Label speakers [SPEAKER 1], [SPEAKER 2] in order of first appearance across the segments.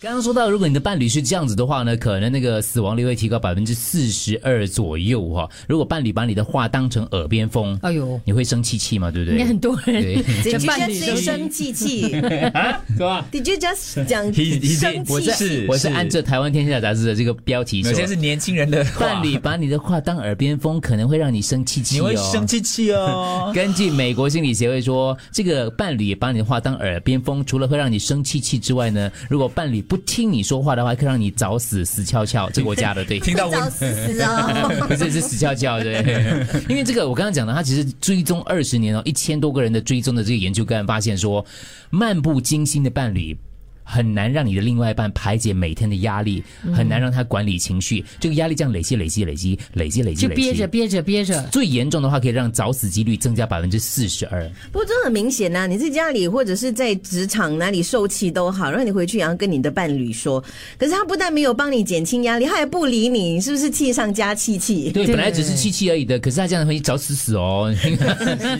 [SPEAKER 1] 刚刚说到，如果你的伴侣是这样子的话呢，可能那个死亡率会提高百分之四十二左右哈、如果伴侣把你的话当成耳边风，
[SPEAKER 2] 哎呦
[SPEAKER 1] 你会生气气嘛，对不
[SPEAKER 2] 应该
[SPEAKER 1] 对
[SPEAKER 2] 很？多人
[SPEAKER 1] 对
[SPEAKER 3] Did you
[SPEAKER 2] 的伴侣都
[SPEAKER 3] just say
[SPEAKER 2] 是
[SPEAKER 3] 生气气
[SPEAKER 4] 是吧？
[SPEAKER 3] ？Did you just 讲
[SPEAKER 5] He- he did，
[SPEAKER 3] 生
[SPEAKER 1] 我
[SPEAKER 3] 气
[SPEAKER 1] 是
[SPEAKER 3] 气？
[SPEAKER 5] 是
[SPEAKER 1] 我是按照台湾天下杂志的这个标题说
[SPEAKER 5] 有，些是年轻人的话
[SPEAKER 1] 伴侣把你的话当耳边风，可能会让你生气气
[SPEAKER 5] 你
[SPEAKER 1] 哦。。
[SPEAKER 5] 会生气气哦
[SPEAKER 1] 根据美国心理协会说，这个伴侣也把你的话当耳边风，除了会让你生气气之外呢，如果伴侣不听你说话的话，还可以让你早死死翘翘。这个我加的对。
[SPEAKER 5] 听到
[SPEAKER 3] 找
[SPEAKER 5] 我，
[SPEAKER 3] 死 哦！
[SPEAKER 1] 不是是死翘翘对，因为这个我刚刚讲的，他其实追踪二十年哦，一千多个人的追踪的这个研究个案发现说，漫不经心的伴侣。很难让你的另外一半排解每天的压力，很难让他管理情绪，这个压力这样累积、累积、累积、累积、累积、
[SPEAKER 2] 就
[SPEAKER 1] 累积，
[SPEAKER 2] 憋着憋着憋着，
[SPEAKER 1] 最严重的话可以让早死几率增加百分之四十二。
[SPEAKER 3] 不过这很明显呐、你在家里或者是在职场哪里受气都好，让你回去然后跟你的伴侣说，可是他不但没有帮你减轻压力，他还不理你，是不是气上加气气？
[SPEAKER 1] 对，
[SPEAKER 2] 对
[SPEAKER 1] 本来只是气气而已的，可是他这样会找死死 哦。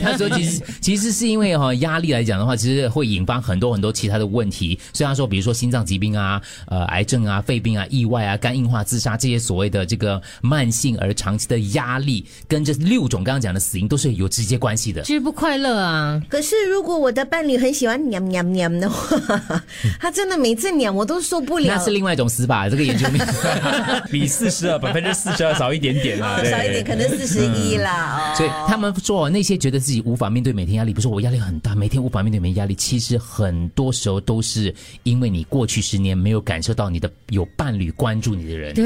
[SPEAKER 1] 他说其实其实是因为哈、压力来讲的话，其实会引发很多很多其他的问题。所以他说，比如说心脏疾病啊、呃癌症啊、肺病啊、意外啊、肝硬化、自杀这些所谓的这个慢性而长期的压力，跟这六种刚刚讲的死因都是有直接关系的。
[SPEAKER 2] 就是不快乐啊。
[SPEAKER 3] 可是如果我的伴侣很喜欢喵喵喵的话，他真的每次喵我都受不了
[SPEAKER 1] 那。是另外一种死法，这个研究 没有。
[SPEAKER 5] 比四十二百分之四十二少一点啊点啦，
[SPEAKER 3] 哦
[SPEAKER 5] 对
[SPEAKER 3] 少一点，可能四十一啦。哦
[SPEAKER 1] 所以他们说，那些觉得自己无法面对每天压力，不是我压力很大，每天无法面对每天压力，其实很多时候都是因为你过去十年没有感受到你的有伴侣关注你的人。
[SPEAKER 2] 对，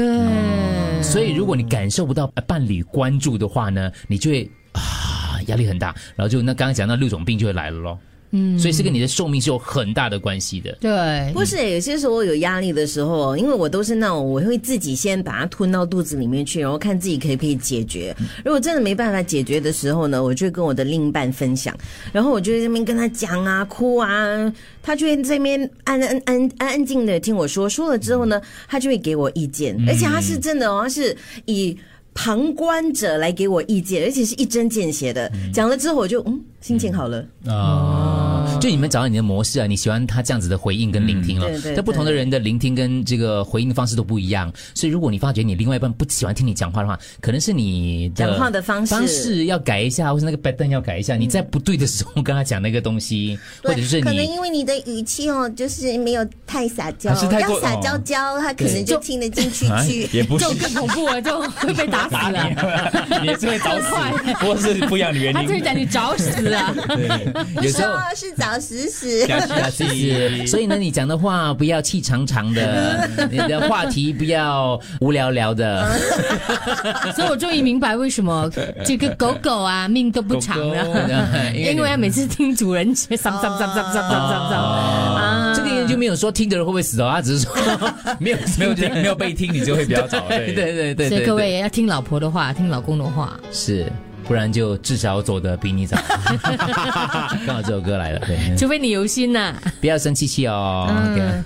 [SPEAKER 1] 所以如果你感受不到呃伴侣关注的话呢，你就会啊压力很大，然后就那刚刚讲到六种病就会来了咯。嗯，所以是跟你的寿命是有很大的关系的。
[SPEAKER 2] 对，
[SPEAKER 3] 不是，有些时候有压力的时候，因为我都是那种我会自己先把它吞到肚子里面去，然后看自己可以不可以解决。如果真的没办法解决的时候呢，我就会跟我的另一半分享，然后我就在那边跟他讲啊、哭啊，他就会在那边安安安安安静的听我说，说了之后呢，他就会给我意见，而且他是真的哦，他是以。旁观者来给我意见，而且是一针见血的。讲了之后，我就嗯，心情好了。哦
[SPEAKER 1] 啊，就你们找到你的模式啊，你喜欢他这样子的回应跟聆听了
[SPEAKER 3] 嗯对。对
[SPEAKER 1] 但不同的人的聆听跟这个回应的方式都不一样，所以如果你发觉你另外一半不喜欢听你讲话的话，可能是你的
[SPEAKER 3] 讲话的方式嗯
[SPEAKER 1] 方式要改一下，或是那个 pattern 要改一下。你在不对的时候跟他讲那个东西，或
[SPEAKER 3] 对，
[SPEAKER 1] 者是
[SPEAKER 3] 可能
[SPEAKER 1] 你。
[SPEAKER 3] 因为你的语气哦，就是没有太撒娇，
[SPEAKER 5] 还是太过
[SPEAKER 3] 要撒娇娇，他可能就听得进去
[SPEAKER 1] 哎
[SPEAKER 3] 哦
[SPEAKER 5] 啊
[SPEAKER 3] 去。
[SPEAKER 5] 也不
[SPEAKER 2] 这
[SPEAKER 5] 是
[SPEAKER 2] 种更恐怖啊，这种会被打死了。
[SPEAKER 1] 啊
[SPEAKER 5] 你也是会找死，不过是不一样的原
[SPEAKER 2] 他就是
[SPEAKER 5] 因。
[SPEAKER 2] 讲你找死啊！
[SPEAKER 1] 有
[SPEAKER 3] 不是
[SPEAKER 1] 时候
[SPEAKER 3] 哦，是找死死。
[SPEAKER 5] 假
[SPEAKER 1] 是是，所以呢，你讲的话不要气长长 的，你的话题不要无聊聊的。
[SPEAKER 2] 所以我终于明白为什么这个狗狗啊命都不长
[SPEAKER 3] 嗯
[SPEAKER 1] 啊
[SPEAKER 2] 了，因为它每次听主人去上上上上上上上上啊，
[SPEAKER 1] 这个研究没有说听的人会不会死哦，他 只是说没有
[SPEAKER 5] 没有听
[SPEAKER 1] 听
[SPEAKER 5] 没有被听，你就会比较早。
[SPEAKER 1] 对对对对，
[SPEAKER 2] 所以
[SPEAKER 1] 对
[SPEAKER 2] 各位要听老婆的话，听老公的话。
[SPEAKER 1] 是，不然就至少走得比你 早。刚好这首歌来了，对，
[SPEAKER 2] 除非你有心呐、啊
[SPEAKER 1] 不要生气气哦。OK
[SPEAKER 2] 嗯